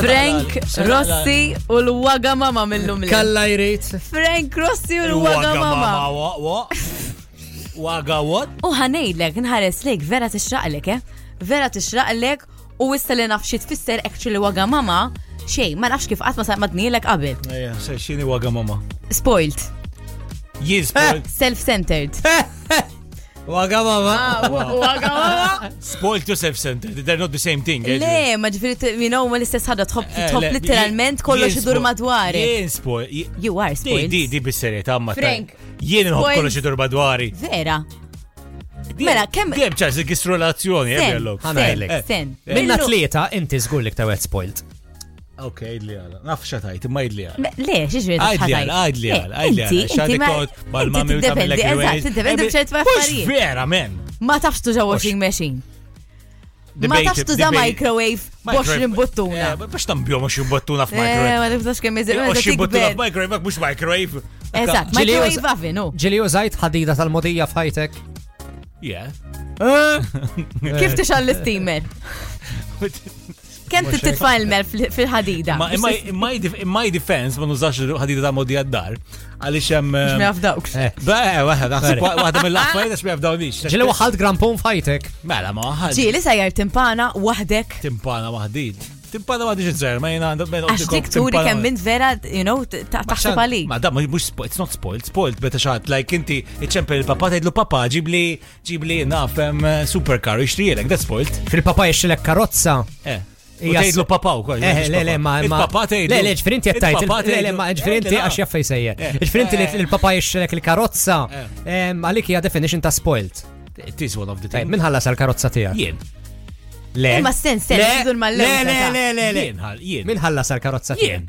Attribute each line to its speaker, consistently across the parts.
Speaker 1: Frank Rossi u l-Wagamama mill-lum li.
Speaker 2: Kalla jrit.
Speaker 1: Frank Rossi u l-Wagamama.
Speaker 2: Waga what?
Speaker 1: U ħanejdlek, nħares lejk, vera tixraqlek, eh? Vera tixraqlek u issa li nafxie tfisser actually Wagamama xej, ma nafx kif għatma sa' madnilek qabel.
Speaker 2: Ejja, sejxini waga mama.
Speaker 1: Spoiled,
Speaker 2: Jiz.
Speaker 1: self-centered.
Speaker 2: Waga mama.
Speaker 1: Ah, Wagamama?
Speaker 3: Spoiled to self-centered. They're not the same thing. eh, ġifiri.
Speaker 1: Le, ma ġifiri, you know, ma l-istess ħadda tħobb
Speaker 3: Eh,
Speaker 1: tħobb
Speaker 3: le,
Speaker 1: literalment
Speaker 3: jien-
Speaker 1: kollox
Speaker 3: jien
Speaker 1: idur
Speaker 3: spoil-
Speaker 1: madwarek.
Speaker 3: Jien spoiled. jien-
Speaker 1: You are
Speaker 3: Di,
Speaker 1: spoiled.
Speaker 3: di, di bisseriet, amma. ta-
Speaker 1: Frank,
Speaker 3: Jien nħob
Speaker 1: spoiled.
Speaker 3: kollox idur madwari.
Speaker 1: Vera.
Speaker 3: Di-
Speaker 1: Mela, kemm-
Speaker 3: Kemm ċans il-gis relazzjoni, eh,
Speaker 1: Sen,
Speaker 3: bjellok.
Speaker 2: Ħanajlek. Eh,
Speaker 1: sen, sen.
Speaker 3: Eh.
Speaker 2: Minna
Speaker 1: Minnu-
Speaker 2: tlieta, inti zgur li ktawet spoilt.
Speaker 3: Ok, idli għala. Nafxa tajt, imma idli għala.
Speaker 1: Me- Le, xiex vedu
Speaker 3: Għajdli għal, għajdli
Speaker 1: إيه،
Speaker 3: għal, għajdli għal. Xaddi kod, bal-mami u tamil
Speaker 1: Tiddependi, eżat, tiddependi bċert
Speaker 3: Mux
Speaker 1: affarijiet.
Speaker 3: vera, men.
Speaker 1: Ma tafx tuża washing machine. Ma tafx tuża microwave boxrin buttuna.
Speaker 3: Biex tambjom mux jimbottuna
Speaker 1: Eh,
Speaker 3: f-microwave.
Speaker 1: Ma tafx kemm iżir.
Speaker 3: Mux jimbottuna f-microwave, mak mux microwave.
Speaker 1: Eżat,
Speaker 2: Ġili
Speaker 1: إيه، microwave
Speaker 2: uża-
Speaker 1: oven, u.
Speaker 2: Ġili użajt ħadida tal-modija f'ħajtek.
Speaker 3: Yeah.
Speaker 1: Kif tixal l-steamer? Kemm
Speaker 2: Mhux
Speaker 1: titfa' il-mer fil- fil-ħadida?
Speaker 3: Ma in my- in my def- in my defense, ma nużax ħadida ta' modi għaddar. Għalix jem.
Speaker 1: Mela f'dawk.
Speaker 3: إيه. Beh, waħda, naħseb wa- waħda mill-affarijiet għax mjafdaw nix.
Speaker 2: Eh, Ġili waħalt grampun f'ħajtek.
Speaker 3: Mela, ma waħda.
Speaker 1: Ġieli sajjar timpana waħdek
Speaker 3: Timpana waħdid. Timpana waħdid ġizzer, ma jena għandhom.
Speaker 1: għax dik turi kemm minn vera, you know, ta- ta- taħseb għalik.
Speaker 3: Ma da, ma mux spoiled, it's not spoiled, spoiled, beta xaħat, like inti, iċċempel il-papa, tajdlu papa, ġibli, ġibli, nafem, supercar, iċtrijilek, that's spoiled.
Speaker 2: Fil-papa jxilek karozza.
Speaker 3: Eh. U
Speaker 2: Jas-
Speaker 3: tajdlu papa u koll.
Speaker 2: Eh, le, le, ma. ma-
Speaker 3: Il-papa tajdlu.
Speaker 2: Le, le, ġifrinti jattajt.
Speaker 3: Il-papa
Speaker 2: Le, le,
Speaker 3: tgħidlu-
Speaker 2: ma ġifrinti
Speaker 3: Eh, le,
Speaker 2: għax
Speaker 3: le.
Speaker 2: jaffej sejjer.
Speaker 3: Eh.
Speaker 2: Ġifrinti li
Speaker 3: Eh.
Speaker 2: il-papa jxilek il-karozza.
Speaker 3: Eh.
Speaker 2: em, Għalik hija definition ta' spoilt.
Speaker 3: It is one of the
Speaker 2: Tajb,
Speaker 3: things.
Speaker 2: minħallas għal-karozza tijak.
Speaker 3: Jien,
Speaker 2: Eh, Le.
Speaker 1: Imma sen, sen, tidur mal-lewta,
Speaker 2: Le, le,
Speaker 1: ta'.
Speaker 2: le, le, le.
Speaker 3: jien, ħal- jien,
Speaker 2: Minħallas għal-karozza
Speaker 3: jien,
Speaker 2: tijak.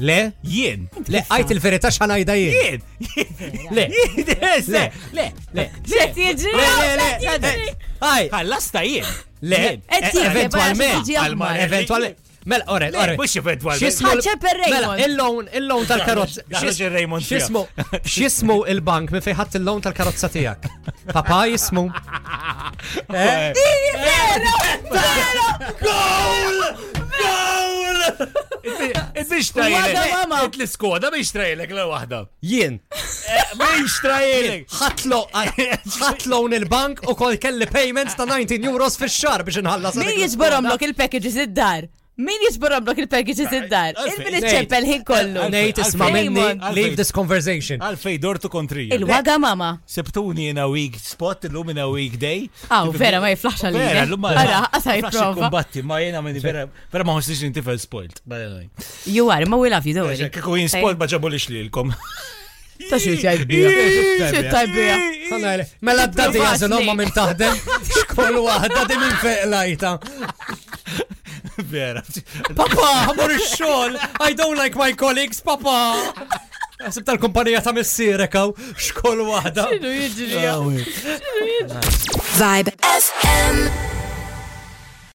Speaker 2: Le?
Speaker 3: jien,
Speaker 2: Le, għajt il-verita xanajda jien.
Speaker 3: jien, jien,
Speaker 2: Le.
Speaker 3: Yes, le, le, le,
Speaker 1: Xed jiġri?
Speaker 2: Le, le, le,
Speaker 1: Xed
Speaker 2: le,
Speaker 3: إيه.
Speaker 1: jiġri?
Speaker 2: Għaj,
Speaker 3: Ħallasta jien.
Speaker 2: le,
Speaker 1: Et
Speaker 2: eh,
Speaker 1: jiġri,
Speaker 2: eventualment.
Speaker 1: bħala xi tiġi
Speaker 3: għal
Speaker 1: ammar.
Speaker 3: mare.
Speaker 2: Eventualment. Mela, orre,
Speaker 3: Le,
Speaker 2: orre.
Speaker 3: mhux eventualment.
Speaker 2: X'ismu l-
Speaker 1: Ħaċċeper Raymond.
Speaker 2: Mela, il-lawn, il-lawn tal-karozza.
Speaker 3: Daħroġ
Speaker 2: X'is-
Speaker 3: il-Raymond fija.
Speaker 2: X'ismu, x'ismu il-bank minn fejn ħadd il-lawn tal-karozza tiegħek? Papa jismu.
Speaker 3: Eh, Biex trajlek.
Speaker 1: Wada mama.
Speaker 3: It l-skoda biex trajlek la wahda.
Speaker 2: Jien.
Speaker 3: Biex trajlek.
Speaker 2: Ħatlo, ħatlawn il-bank u kol kelli payments ta' 19 euros fix-xar biex inħallas.
Speaker 1: Min jiġborom lok il-packages id-dar? Min jiġborom lok il-packages id-dar?
Speaker 3: Għalfej,
Speaker 1: Il-min
Speaker 2: Nate.
Speaker 1: iċċeppel ħin kollu.
Speaker 2: Nejt isma'
Speaker 1: Raymond.
Speaker 2: minni, leave
Speaker 3: Għalfejn.
Speaker 2: this conversation.
Speaker 3: Għalfej dortu kontrija.
Speaker 1: Il-waga mama.
Speaker 3: Sebtuni in a week spot, l-lum in a week day.
Speaker 1: Aw, vera, ma jiflaħx għalli.
Speaker 3: Vera, l-lum ma.
Speaker 1: Ara, għasa jiprofa.
Speaker 3: Kombatti, ma jena minn vera, vera ma għosniġ nintifel spoilt. by the way.
Speaker 1: You are, ma we love you, don't worry.
Speaker 3: Kiku jien spoilt ma ġabu li xlilkom.
Speaker 1: Ta' xie tajbija. Xie tajbija.
Speaker 2: Sanajle, Mela d-dati
Speaker 1: Provaxni.
Speaker 2: jazilom ma minn taħdem, xkol wahda di minn feqlajta.
Speaker 3: Vera.
Speaker 2: Papa, għamur il-xol, I don't like my colleagues, papa. Għasib tal-kumpanija ta' missirek għaw, xkol wahda.
Speaker 1: Xinu jiġri?
Speaker 2: Ah, wi.
Speaker 4: Vibe FM.